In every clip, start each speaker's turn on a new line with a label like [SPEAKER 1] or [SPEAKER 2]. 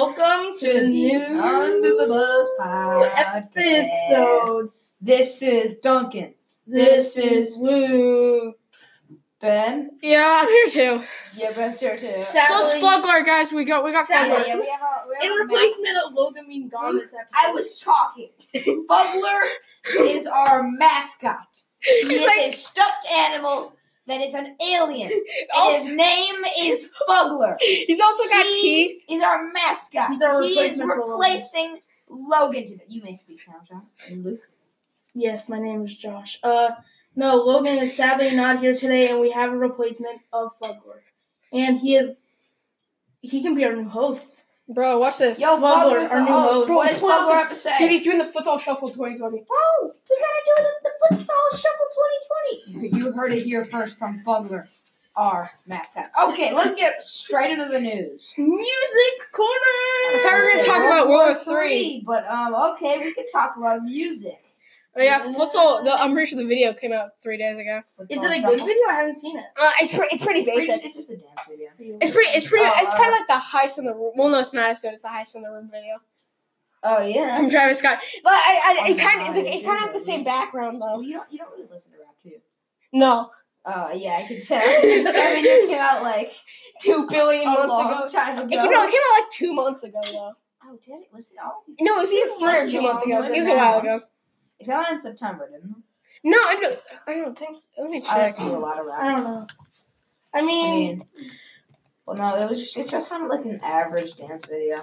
[SPEAKER 1] Welcome to the
[SPEAKER 2] Under
[SPEAKER 1] new
[SPEAKER 2] the Bus podcast.
[SPEAKER 1] episode.
[SPEAKER 2] This is Duncan.
[SPEAKER 1] This is Woo.
[SPEAKER 2] Ben.
[SPEAKER 3] Yeah, I'm here too.
[SPEAKER 2] Yeah, Ben's here too.
[SPEAKER 1] Sadly-
[SPEAKER 3] So it's Flugler, guys. We got we got
[SPEAKER 1] Sadly,
[SPEAKER 3] Flugler.
[SPEAKER 1] yeah,
[SPEAKER 4] we have our, we
[SPEAKER 1] In replacement of Logan being gone this episode.
[SPEAKER 4] I was talking. Bubbler is our mascot. He is a stuffed animal that is an alien. And
[SPEAKER 1] Oh.
[SPEAKER 3] Also,
[SPEAKER 4] his name is Fuggler.
[SPEAKER 3] he's also got
[SPEAKER 4] He
[SPEAKER 3] teeth.
[SPEAKER 4] He's our mascot.
[SPEAKER 1] He's our
[SPEAKER 4] he is
[SPEAKER 1] replacement for Logan.
[SPEAKER 4] replacing Logan. today. You may speak now, John. And Luke.
[SPEAKER 1] Yes, my name is Josh. Uh, no, Logan is sadly not here today, and we have a replacement of Fugler, and he is he can be our new host.
[SPEAKER 3] Bro, watch this.
[SPEAKER 4] Yo,
[SPEAKER 1] Fuggler,
[SPEAKER 4] Fuggler's
[SPEAKER 1] our
[SPEAKER 4] our
[SPEAKER 1] new
[SPEAKER 4] new
[SPEAKER 1] host.
[SPEAKER 4] host. What is
[SPEAKER 3] Bro,
[SPEAKER 4] Fuggler up to say?
[SPEAKER 3] Dude, he's doing the futsal shuffle 2020.
[SPEAKER 4] Bro, we gotta do the, the futsal shuffle 2020. You heard it here first from Fuggler, our mascot. Okay, let's get straight into the news.
[SPEAKER 1] Music
[SPEAKER 3] I
[SPEAKER 1] corner.
[SPEAKER 3] thought we were gonna talk about World War Three.
[SPEAKER 4] But um, okay, we could talk about music.
[SPEAKER 3] Oh yeah, futsal. The, I'm pretty sure the video came out three days ago.
[SPEAKER 1] Is it a good video? I haven't seen it.
[SPEAKER 3] Uh, it's pretty. It's pretty Oh,
[SPEAKER 4] It's just, it's just a dance video.
[SPEAKER 3] It's pretty. It's pretty.
[SPEAKER 4] Uh,
[SPEAKER 3] it's kind of like the heist in the room. Well, no, it's not as good as the heist in the room video
[SPEAKER 4] Oh yeah.
[SPEAKER 3] from Travis Scott. But I, I it
[SPEAKER 4] Oh,
[SPEAKER 3] kind of
[SPEAKER 4] God,
[SPEAKER 3] it kind of has the
[SPEAKER 4] dude.
[SPEAKER 3] same background
[SPEAKER 4] Well,
[SPEAKER 3] though.
[SPEAKER 4] you don't you don't really listen to rap, do you?
[SPEAKER 3] No,
[SPEAKER 4] Oh yeah, I can tell. I mean, it came out like
[SPEAKER 3] two billion
[SPEAKER 4] a
[SPEAKER 3] months
[SPEAKER 4] long
[SPEAKER 3] ago.
[SPEAKER 4] time ago.
[SPEAKER 3] It came, out, it came out like two months ago though.
[SPEAKER 4] oh, did it? Was it already?
[SPEAKER 3] No, it was either three or
[SPEAKER 4] It
[SPEAKER 3] two
[SPEAKER 4] was
[SPEAKER 3] months ago.
[SPEAKER 4] already
[SPEAKER 3] It was a while ago.
[SPEAKER 4] announced. It came out in September, didn't it?
[SPEAKER 3] No, I don't. I don't think. So. Let me
[SPEAKER 4] I
[SPEAKER 3] check.
[SPEAKER 4] listen to a lot of rap.
[SPEAKER 3] Um,
[SPEAKER 1] I don't know. I
[SPEAKER 4] I
[SPEAKER 1] mean,
[SPEAKER 4] mean, well, no, it was just it's just kind of like an average dance video.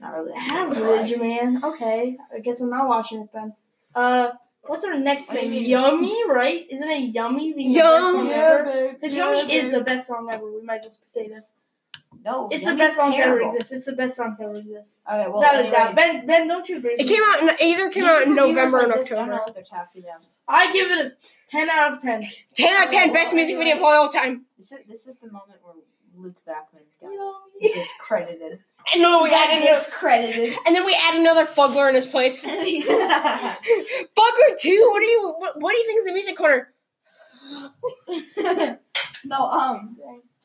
[SPEAKER 4] Not really
[SPEAKER 1] average man. Okay, I guess I'm not watching it then. Uh, what's our next
[SPEAKER 4] What do you
[SPEAKER 1] thing?
[SPEAKER 4] mean?
[SPEAKER 1] Yummy, right? Isn't it yummy? being the best
[SPEAKER 3] Yum.
[SPEAKER 4] Oh,
[SPEAKER 1] song
[SPEAKER 3] Yeah,
[SPEAKER 1] ever? Because Yummy is the best song ever. We might as well say this.
[SPEAKER 3] Oh,
[SPEAKER 4] No,
[SPEAKER 1] It's the
[SPEAKER 4] Yummy's
[SPEAKER 1] best song that ever
[SPEAKER 4] terrible.
[SPEAKER 1] exists. It's the best song that ever exists.
[SPEAKER 4] Okay, well,
[SPEAKER 1] Without
[SPEAKER 4] anyway,
[SPEAKER 1] a doubt. Ben, Ben, don't you agree?
[SPEAKER 3] It came out. In, it either came out in
[SPEAKER 4] music reviewers
[SPEAKER 3] November
[SPEAKER 4] like
[SPEAKER 3] and
[SPEAKER 4] this Don't know
[SPEAKER 3] October.
[SPEAKER 4] what they're talking about.
[SPEAKER 1] I give it a ten out of ten.
[SPEAKER 3] Ten out of ten. Best music video of all time.
[SPEAKER 4] This is this is the moment where Luke Backman got
[SPEAKER 1] Yummy.
[SPEAKER 4] discredited.
[SPEAKER 3] And no,
[SPEAKER 4] Oh,
[SPEAKER 3] we
[SPEAKER 4] we got
[SPEAKER 3] added. another-
[SPEAKER 4] discredited.
[SPEAKER 3] And then we add another Fugler in his place.
[SPEAKER 4] Wait,
[SPEAKER 3] Fugler two. What do you? What, what do you think is the music corner?
[SPEAKER 4] no, um,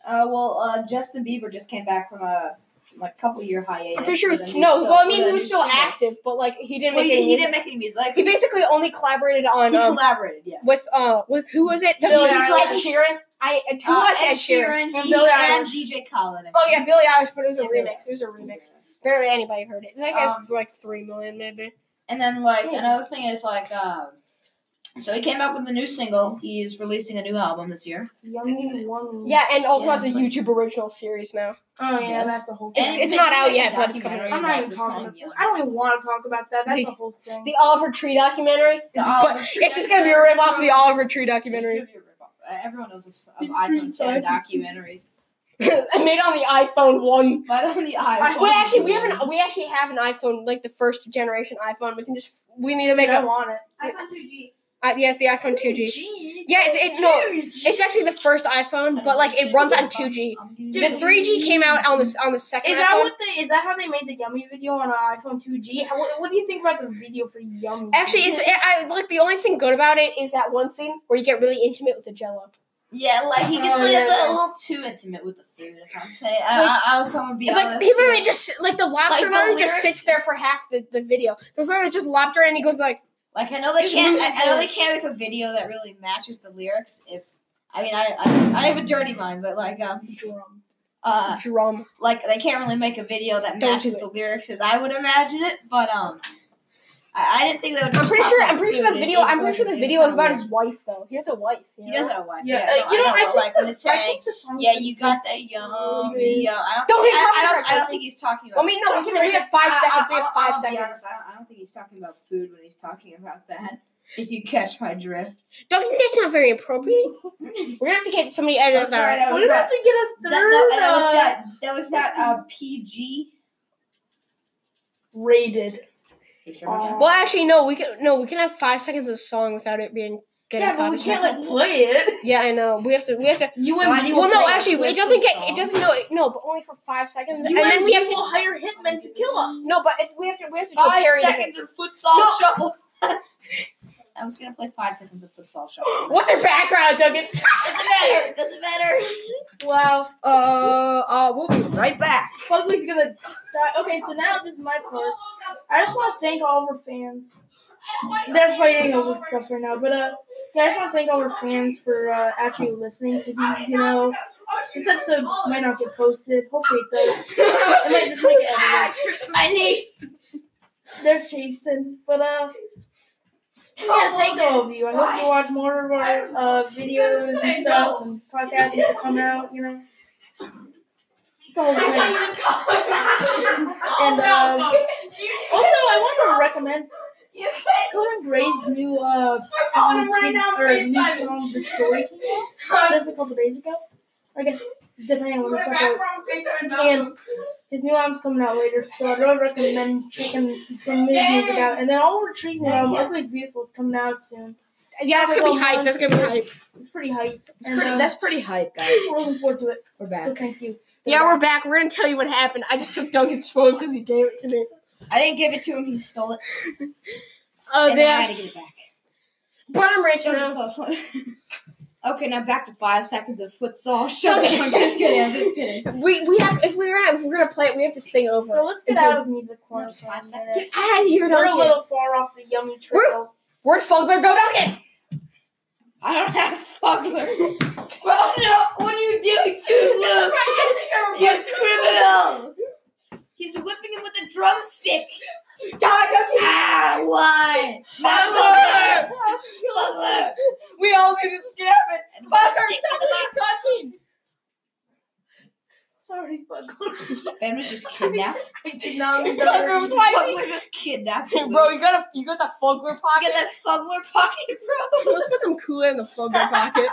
[SPEAKER 4] uh, well, uh, Justin Bieber just came back from a like couple year hiatus.
[SPEAKER 3] I'm pretty sure it
[SPEAKER 4] with
[SPEAKER 3] was
[SPEAKER 4] a
[SPEAKER 3] two.
[SPEAKER 4] new so-
[SPEAKER 3] no. Well, I
[SPEAKER 4] with
[SPEAKER 3] mean,
[SPEAKER 4] a
[SPEAKER 3] he
[SPEAKER 4] new
[SPEAKER 3] was still
[SPEAKER 4] single.
[SPEAKER 3] active, but like he didn't
[SPEAKER 4] Well,
[SPEAKER 3] make any.
[SPEAKER 4] he, he
[SPEAKER 3] music.
[SPEAKER 4] didn't make any music.
[SPEAKER 3] He basically only collaborated on
[SPEAKER 4] he
[SPEAKER 3] um,
[SPEAKER 4] collaborated, yeah.
[SPEAKER 3] with uh with who was it? The
[SPEAKER 1] Billie
[SPEAKER 3] Ed
[SPEAKER 4] Eilish.
[SPEAKER 3] Sheeran. I uh, who
[SPEAKER 4] Uh,
[SPEAKER 3] was
[SPEAKER 4] Ed
[SPEAKER 3] Ed Sheeran?
[SPEAKER 4] Sheeran,
[SPEAKER 1] and
[SPEAKER 4] he,
[SPEAKER 1] Billie
[SPEAKER 4] and
[SPEAKER 1] Eilish.
[SPEAKER 4] DJ Khaled. I
[SPEAKER 3] Oh
[SPEAKER 4] think.
[SPEAKER 3] yeah, Billie Eilish, but it was a
[SPEAKER 4] Yeah, Billie
[SPEAKER 3] remix. It was a remix.
[SPEAKER 4] Eilish.
[SPEAKER 3] Barely anybody heard it. I think it
[SPEAKER 4] Um,
[SPEAKER 3] was like three million, maybe.
[SPEAKER 4] And then like
[SPEAKER 1] Yeah.
[SPEAKER 4] another thing is like um so he came out with a new single. He's releasing a new album this year.
[SPEAKER 1] Yummy, yummy.
[SPEAKER 3] Yeah, and also
[SPEAKER 4] Yeah,
[SPEAKER 3] has a
[SPEAKER 4] it's like-
[SPEAKER 3] YouTube original series now.
[SPEAKER 1] Oh yeah,
[SPEAKER 4] Yes.
[SPEAKER 1] that's a whole
[SPEAKER 3] It's-
[SPEAKER 1] thing.
[SPEAKER 4] And
[SPEAKER 3] it's
[SPEAKER 4] they
[SPEAKER 3] not
[SPEAKER 4] did
[SPEAKER 3] out
[SPEAKER 4] make a
[SPEAKER 3] yet, but it's coming
[SPEAKER 4] documentary
[SPEAKER 1] I'm not
[SPEAKER 4] about
[SPEAKER 1] even
[SPEAKER 4] the
[SPEAKER 1] talking.
[SPEAKER 4] song,
[SPEAKER 1] about-
[SPEAKER 4] yeah.
[SPEAKER 1] I don't even want to talk about that. That's
[SPEAKER 3] The-
[SPEAKER 1] a whole thing.
[SPEAKER 3] The Oliver Tree documentary.
[SPEAKER 4] The
[SPEAKER 3] It's,
[SPEAKER 4] Oliver
[SPEAKER 3] but
[SPEAKER 4] Tree
[SPEAKER 3] it's just gonna be a rip off of the Oliver Tree
[SPEAKER 4] It's
[SPEAKER 3] documentary.
[SPEAKER 4] gonna be a rip-off. Uh, Everyone knows of, of
[SPEAKER 1] He's pretty
[SPEAKER 4] iPhones and
[SPEAKER 1] scientist.
[SPEAKER 4] documentaries,
[SPEAKER 3] I made on the iPhone one.
[SPEAKER 4] but on the iPhone.
[SPEAKER 3] Wait, actually, we have an we actually have an iPhone, like the first generation iPhone. We can just we need to make
[SPEAKER 1] I
[SPEAKER 3] a
[SPEAKER 1] want it.
[SPEAKER 4] iPhone 2G.
[SPEAKER 3] uh, yes, the iPhone two G.
[SPEAKER 4] G.
[SPEAKER 3] Yeah, it's, it, no, it's actually the first iPhone, but like it runs on two G. The three G came out on the on the second.
[SPEAKER 1] Is that
[SPEAKER 3] iPhone.
[SPEAKER 1] what they? Is that how they made the Yummy video on uh, iPhone 2G? How, what, what do you think about the video for Yummy?
[SPEAKER 3] Actually, it's I, I, like the only thing good about it is that one scene where you get really intimate with the Jello.
[SPEAKER 4] Yeah, like he gets
[SPEAKER 1] Oh,
[SPEAKER 4] like,
[SPEAKER 1] yeah,
[SPEAKER 4] a
[SPEAKER 1] yeah.
[SPEAKER 4] little too intimate with the food. If I'm saying, I, I, I'll come and be
[SPEAKER 3] It's
[SPEAKER 4] honest.
[SPEAKER 3] like he literally just like the lobster
[SPEAKER 4] Like, the
[SPEAKER 3] literally just
[SPEAKER 4] lyrics-
[SPEAKER 3] sits there for half the, the video. There's literally just lobster and he goes like,
[SPEAKER 4] Like I know they
[SPEAKER 3] Just
[SPEAKER 4] can't.
[SPEAKER 3] moves
[SPEAKER 4] I, I know
[SPEAKER 3] the-
[SPEAKER 4] they can't make a video that really matches the lyrics. If I mean, I I, I have a dirty mind, but like um
[SPEAKER 1] drum.
[SPEAKER 4] uh
[SPEAKER 3] drum.
[SPEAKER 4] like they can't really make a video that
[SPEAKER 3] Don't
[SPEAKER 4] matches
[SPEAKER 3] do
[SPEAKER 4] the lyrics as I would imagine it. But um, I, I didn't think they would.
[SPEAKER 3] I'm
[SPEAKER 4] just
[SPEAKER 3] pretty
[SPEAKER 4] talk
[SPEAKER 3] sure
[SPEAKER 4] about
[SPEAKER 3] I'm pretty
[SPEAKER 4] food
[SPEAKER 3] sure the
[SPEAKER 4] and
[SPEAKER 3] video
[SPEAKER 4] eat
[SPEAKER 3] I'm pretty
[SPEAKER 4] food
[SPEAKER 3] sure the
[SPEAKER 4] and
[SPEAKER 3] video is
[SPEAKER 4] kinda
[SPEAKER 3] about
[SPEAKER 4] weird.
[SPEAKER 3] his wife though. He has a wife. You
[SPEAKER 4] He
[SPEAKER 3] know?
[SPEAKER 4] does have a wife.
[SPEAKER 1] Yeah,
[SPEAKER 4] no,
[SPEAKER 1] uh, you know, I
[SPEAKER 4] but,
[SPEAKER 1] think
[SPEAKER 4] like when
[SPEAKER 1] the-
[SPEAKER 4] it's
[SPEAKER 1] I
[SPEAKER 4] saying,
[SPEAKER 1] think the song
[SPEAKER 4] yeah,
[SPEAKER 1] is
[SPEAKER 4] you
[SPEAKER 1] so-
[SPEAKER 4] got that yummy. yum. I don't.
[SPEAKER 3] Don't
[SPEAKER 4] think, I, I, don't
[SPEAKER 3] get copyright,
[SPEAKER 4] I don't
[SPEAKER 3] don't-
[SPEAKER 4] think he's talking about.
[SPEAKER 3] Well, I mean, no, we can we have five
[SPEAKER 4] I-
[SPEAKER 3] seconds.
[SPEAKER 4] I-
[SPEAKER 3] We have
[SPEAKER 4] I'll-
[SPEAKER 3] five
[SPEAKER 4] I'll be
[SPEAKER 3] seconds.
[SPEAKER 4] honest, I don't- I don't think he's talking about food when he's talking about that. If you catch my drift.
[SPEAKER 3] Don't you think that's not very appropriate? We're gonna have to get somebody to edit
[SPEAKER 4] I'm
[SPEAKER 3] this
[SPEAKER 4] sorry,
[SPEAKER 3] out.
[SPEAKER 4] that
[SPEAKER 1] We're
[SPEAKER 4] was
[SPEAKER 1] gonna
[SPEAKER 4] not-
[SPEAKER 1] have to get a
[SPEAKER 4] That,
[SPEAKER 1] third.
[SPEAKER 4] that, that was
[SPEAKER 1] uh,
[SPEAKER 4] that. That was not uh, PG.
[SPEAKER 1] rated. Uh,
[SPEAKER 3] Well, actually, no. We can no. We can have five seconds of the song without it being getting
[SPEAKER 1] yeah, but we
[SPEAKER 3] copyright.
[SPEAKER 1] can't like play it.
[SPEAKER 3] yeah, I know. We have to. We have to.
[SPEAKER 1] UMG.
[SPEAKER 4] I didn't
[SPEAKER 1] will
[SPEAKER 3] Well,
[SPEAKER 4] play
[SPEAKER 3] no,
[SPEAKER 1] play
[SPEAKER 3] actually,
[SPEAKER 4] clips
[SPEAKER 3] it
[SPEAKER 4] of
[SPEAKER 3] doesn't get. It
[SPEAKER 4] songs.
[SPEAKER 3] doesn't. No, it- no, but only for five seconds,
[SPEAKER 1] UMG
[SPEAKER 3] and then we have to.
[SPEAKER 1] will hire hitmen to kill us.
[SPEAKER 3] No, but if we have to, we have to do a
[SPEAKER 4] Five
[SPEAKER 3] parody.
[SPEAKER 4] seconds of futsal
[SPEAKER 3] No.
[SPEAKER 4] shuffle. I'm just gonna play five seconds of futsal shuffle.
[SPEAKER 3] What's her background, Duncan?
[SPEAKER 4] Doesn't matter. Doesn't matter.
[SPEAKER 1] Wow.
[SPEAKER 2] Uh, uh, we'll be right back.
[SPEAKER 1] Fugly's gonna die. Okay, so now this is my part. I just want to thank all of our fans. They're fighting over stuff right now, but uh, yeah, I just want to thank all our fans for uh, actually listening to these. You know, this episode might not get posted. Hopefully it does. It might just make it everywhere.
[SPEAKER 4] Ah, tripped my knee.
[SPEAKER 1] They're chasing, but uh, yeah, thank all of you. I hope you watch more of our uh, videos and stuff and podcasts that come out. You know, it's all good. And um, also, I want to recommend Conan Gray's new uh song
[SPEAKER 4] calling him right
[SPEAKER 1] came-
[SPEAKER 4] now,
[SPEAKER 1] or new
[SPEAKER 4] FaceTime.
[SPEAKER 1] song, "The Story," came out just a couple days ago. I guess depending on when it's out. And his new album's coming out later, so I'd really recommend checking some new music out. And then all we're trees new album, Ugly's Beautiful, is coming out soon.
[SPEAKER 3] Yeah, that's gonna be hype. That's gonna be hype.
[SPEAKER 1] It's pretty hype.
[SPEAKER 2] It's
[SPEAKER 1] And,
[SPEAKER 2] pretty,
[SPEAKER 1] uh,
[SPEAKER 2] that's pretty hype, guys.
[SPEAKER 1] we're looking forward to it.
[SPEAKER 2] We're
[SPEAKER 1] So
[SPEAKER 2] back.
[SPEAKER 1] thank you.
[SPEAKER 3] Yeah, we're back. We're gonna tell you what happened. I just took Duncan's phone because he gave it to me.
[SPEAKER 4] I didn't give it to him. He stole it.
[SPEAKER 3] Oh,
[SPEAKER 4] and then I
[SPEAKER 3] yeah.
[SPEAKER 4] had to give it back.
[SPEAKER 3] Bottom ranch
[SPEAKER 4] That was a
[SPEAKER 3] now.
[SPEAKER 4] close one. okay, now back to five seconds of futsal shuffle. I'm just kidding. I'm just kidding.
[SPEAKER 3] We we have if we're gonna- if we're gonna play it, we have to sing over.
[SPEAKER 1] So
[SPEAKER 3] it.
[SPEAKER 1] let's get out of music
[SPEAKER 4] No,
[SPEAKER 1] corner.
[SPEAKER 4] just
[SPEAKER 1] for a
[SPEAKER 4] five
[SPEAKER 1] minute.
[SPEAKER 4] seconds.
[SPEAKER 3] Get out of
[SPEAKER 1] We're
[SPEAKER 3] here,
[SPEAKER 1] a
[SPEAKER 3] Duncan.
[SPEAKER 1] little far off the yummy trail.
[SPEAKER 3] Word Fogler, go Duncan.
[SPEAKER 4] I don't have fuggler. Well, no. What are you doing to Luke? you criminal. He's whipping him with a drumstick. Ah, why? Not fuggler. Fuggler.
[SPEAKER 3] We all knew this was gonna happen.
[SPEAKER 4] And
[SPEAKER 3] Fogler,
[SPEAKER 4] stick
[SPEAKER 3] stop
[SPEAKER 4] to
[SPEAKER 3] it,
[SPEAKER 4] the box.
[SPEAKER 3] Duncan.
[SPEAKER 1] Sorry, Fugler.
[SPEAKER 4] Ben was just kidnapped.
[SPEAKER 1] I did not mean
[SPEAKER 3] Fugler was
[SPEAKER 1] that.
[SPEAKER 3] watching.
[SPEAKER 4] Fuggler just kidnapped.
[SPEAKER 3] Hey,
[SPEAKER 4] Luke.
[SPEAKER 3] bro, you got a you got the Fogler
[SPEAKER 4] Get
[SPEAKER 3] pocket.
[SPEAKER 4] that fuggler pocket, bro.
[SPEAKER 3] Let's put some Kool Aid in the Fogler pocket.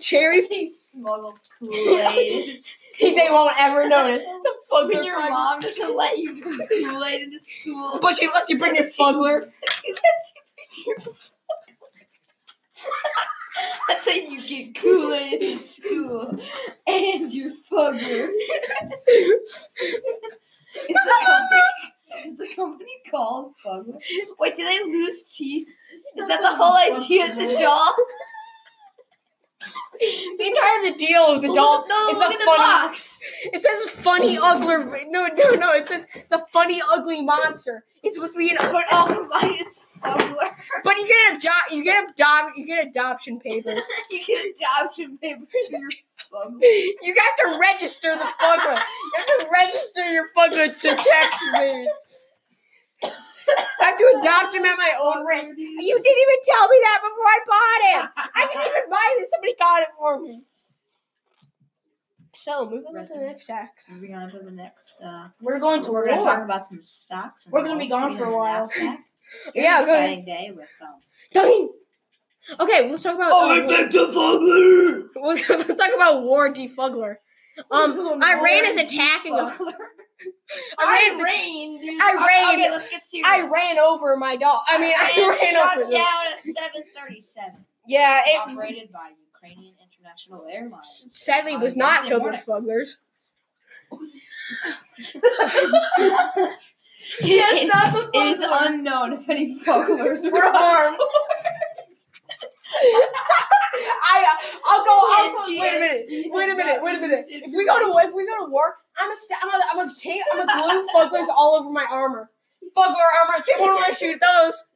[SPEAKER 3] Cherries.
[SPEAKER 4] He smuggled Kool-Aid.
[SPEAKER 3] He they won't ever notice. The Fogler
[SPEAKER 4] when your
[SPEAKER 3] pocket.
[SPEAKER 4] mom doesn't let you bring Kool-Aid into school.
[SPEAKER 3] But she lets you bring your Fogler.
[SPEAKER 4] she lets you bring your That's how you get Kool-Aid into school. And your fuggler. Is the company is the company called Fuggler? Wait, do they lose teeth? Is that the whole idea of the doll?
[SPEAKER 3] The entire the deal of the doll
[SPEAKER 4] no,
[SPEAKER 3] is
[SPEAKER 4] look
[SPEAKER 3] the
[SPEAKER 4] at the
[SPEAKER 3] funny.
[SPEAKER 4] box.
[SPEAKER 3] It says funny ugly. No, no, no. It says the funny ugly monster. It's supposed to be an.
[SPEAKER 4] But all combined is Fuggler.
[SPEAKER 3] But you get adopt. You get adopt. You get adoption papers.
[SPEAKER 4] you get adoption papers for your Fuggler.
[SPEAKER 3] You got to register the fucker. You have to register your fucker to taxpayers. I have to adopt him at my own risk. You didn't even tell me that before I bought him. I didn't even buy him. Somebody got it for me. So moving on to the next act.
[SPEAKER 4] Moving on to the next. Uh,
[SPEAKER 1] We're going to
[SPEAKER 4] we're going to talk
[SPEAKER 1] war.
[SPEAKER 4] about some stocks. And
[SPEAKER 1] We're gonna be
[SPEAKER 4] Wall
[SPEAKER 1] gone
[SPEAKER 4] Street
[SPEAKER 1] for a
[SPEAKER 4] and the
[SPEAKER 1] while.
[SPEAKER 4] Nasdaq. Very
[SPEAKER 3] Yeah, go ahead.
[SPEAKER 4] exciting day with um.
[SPEAKER 3] Dang. Okay, let's talk about. um,
[SPEAKER 4] back Oh, to Fogler.
[SPEAKER 3] let's, let's talk about War Defugler. Um, Iran is attacking us. Iran's atta-
[SPEAKER 1] Rain, dude.
[SPEAKER 3] Iran.
[SPEAKER 4] Okay, let's get serious.
[SPEAKER 3] I ran over my dog. I mean,
[SPEAKER 4] Iran
[SPEAKER 3] I ran
[SPEAKER 4] shot
[SPEAKER 3] over. the-
[SPEAKER 4] down a 737
[SPEAKER 3] Yeah, it
[SPEAKER 4] operated by Ukrainian International Airlines.
[SPEAKER 3] sadly
[SPEAKER 4] on
[SPEAKER 3] was not
[SPEAKER 4] Wednesday
[SPEAKER 3] filled
[SPEAKER 4] morning.
[SPEAKER 3] with smugglers.
[SPEAKER 1] Yes, not the
[SPEAKER 4] It is
[SPEAKER 1] Fogler.
[SPEAKER 4] unknown if any Foglers
[SPEAKER 1] We're
[SPEAKER 4] were
[SPEAKER 1] armed.
[SPEAKER 3] I, I'll go. I'll go wait a minute.
[SPEAKER 4] NTSB
[SPEAKER 3] Wait a
[SPEAKER 4] has
[SPEAKER 3] minute.
[SPEAKER 4] not
[SPEAKER 3] Wait a minute.
[SPEAKER 4] released
[SPEAKER 3] If we go to if we go to war, I'm a sta- I'm a I'm a ta- I'm a glue smugglers all over my armor. Fuggler armor. Get one where I shoot those.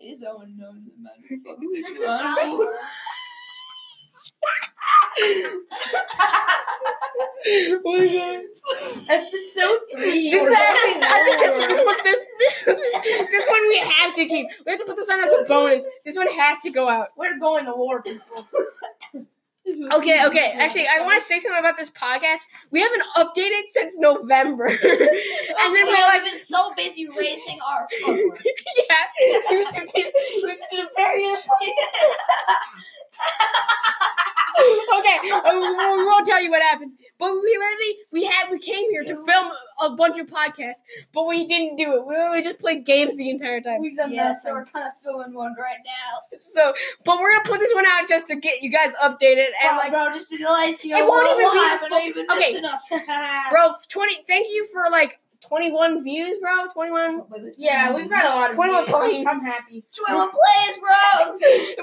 [SPEAKER 4] It is unknown that many Foglers were on board.
[SPEAKER 1] Episode three.
[SPEAKER 3] This is
[SPEAKER 1] We're
[SPEAKER 3] actually. I think this
[SPEAKER 1] going
[SPEAKER 3] this one this this one we have to keep. We have to put this on as a bonus. This one has to go out.
[SPEAKER 1] We're going to war, people.
[SPEAKER 3] Okay, okay. Actually, I want to say something about this podcast. We haven't updated since November, and then
[SPEAKER 4] we
[SPEAKER 3] we like.
[SPEAKER 4] have been so busy racing our Fogler.
[SPEAKER 3] Yeah, which is, which is very okay. uh, We won't, we won't tell you what happened, but we literally we had we came here to film a bunch of podcasts, but we didn't do it. We literally just played games the entire time.
[SPEAKER 1] We've done
[SPEAKER 4] yeah,
[SPEAKER 1] that.
[SPEAKER 4] so we're kind of filming one right now.
[SPEAKER 3] So, but we're gonna put this one out just to get you guys updated and
[SPEAKER 4] Wow,
[SPEAKER 3] like.
[SPEAKER 4] bro, just realize you
[SPEAKER 3] It
[SPEAKER 4] know,
[SPEAKER 3] won't
[SPEAKER 4] we're
[SPEAKER 3] even be
[SPEAKER 4] alive
[SPEAKER 3] the
[SPEAKER 4] and not even
[SPEAKER 3] full- okay.
[SPEAKER 4] missing us.
[SPEAKER 3] Bro, twenty. Thank you for like 21 views, bro. 21.
[SPEAKER 1] Yeah, we've got a lot of
[SPEAKER 3] 21
[SPEAKER 1] views.
[SPEAKER 3] plays.
[SPEAKER 1] I'm happy.
[SPEAKER 4] 21 plays, bro.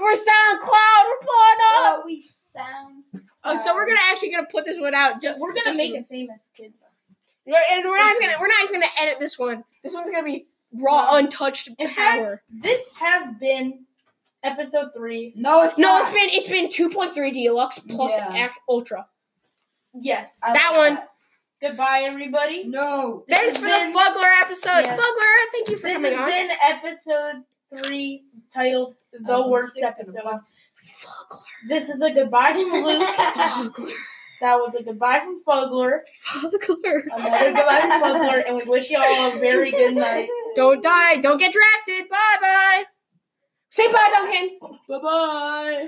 [SPEAKER 3] We're SoundCloud. We're blowing
[SPEAKER 1] Oh,
[SPEAKER 3] up.
[SPEAKER 4] we sound.
[SPEAKER 3] Oh, so we're gonna actually gonna put this one out. Just
[SPEAKER 1] We're gonna
[SPEAKER 3] just
[SPEAKER 1] make
[SPEAKER 3] for-
[SPEAKER 1] it famous, kids.
[SPEAKER 3] We're, and we're not gonna we're not even gonna edit this one. This one's gonna be raw, untouched
[SPEAKER 1] In
[SPEAKER 3] power.
[SPEAKER 1] fact, this has been episode three.
[SPEAKER 4] No, it's
[SPEAKER 3] No,
[SPEAKER 4] not.
[SPEAKER 3] it's been it's been 2.3 deluxe plus
[SPEAKER 4] Yeah.
[SPEAKER 3] ac- ultra.
[SPEAKER 1] Yes.
[SPEAKER 4] I
[SPEAKER 3] that
[SPEAKER 4] like
[SPEAKER 3] one.
[SPEAKER 1] Goodbye, everybody.
[SPEAKER 4] No.
[SPEAKER 1] This
[SPEAKER 3] Thanks
[SPEAKER 1] has
[SPEAKER 3] for
[SPEAKER 1] been-
[SPEAKER 3] the Fuggler episode.
[SPEAKER 1] Yeah.
[SPEAKER 3] Fuggler, thank you for
[SPEAKER 1] This
[SPEAKER 3] coming
[SPEAKER 1] has
[SPEAKER 3] on.
[SPEAKER 1] been episode three, titled "The
[SPEAKER 4] I'm
[SPEAKER 1] Worst
[SPEAKER 4] sick of the
[SPEAKER 1] Episode."
[SPEAKER 4] box.
[SPEAKER 3] Fuggler.
[SPEAKER 1] This is a goodbye from Luke.
[SPEAKER 3] Fuggler.
[SPEAKER 1] that was a goodbye from Fugler.
[SPEAKER 3] Fuggler.
[SPEAKER 1] Another goodbye from Fugler, and we wish you all a very good night.
[SPEAKER 3] Don't die. Don't get drafted. Bye bye. Say bye, Duncan.
[SPEAKER 4] Bye bye.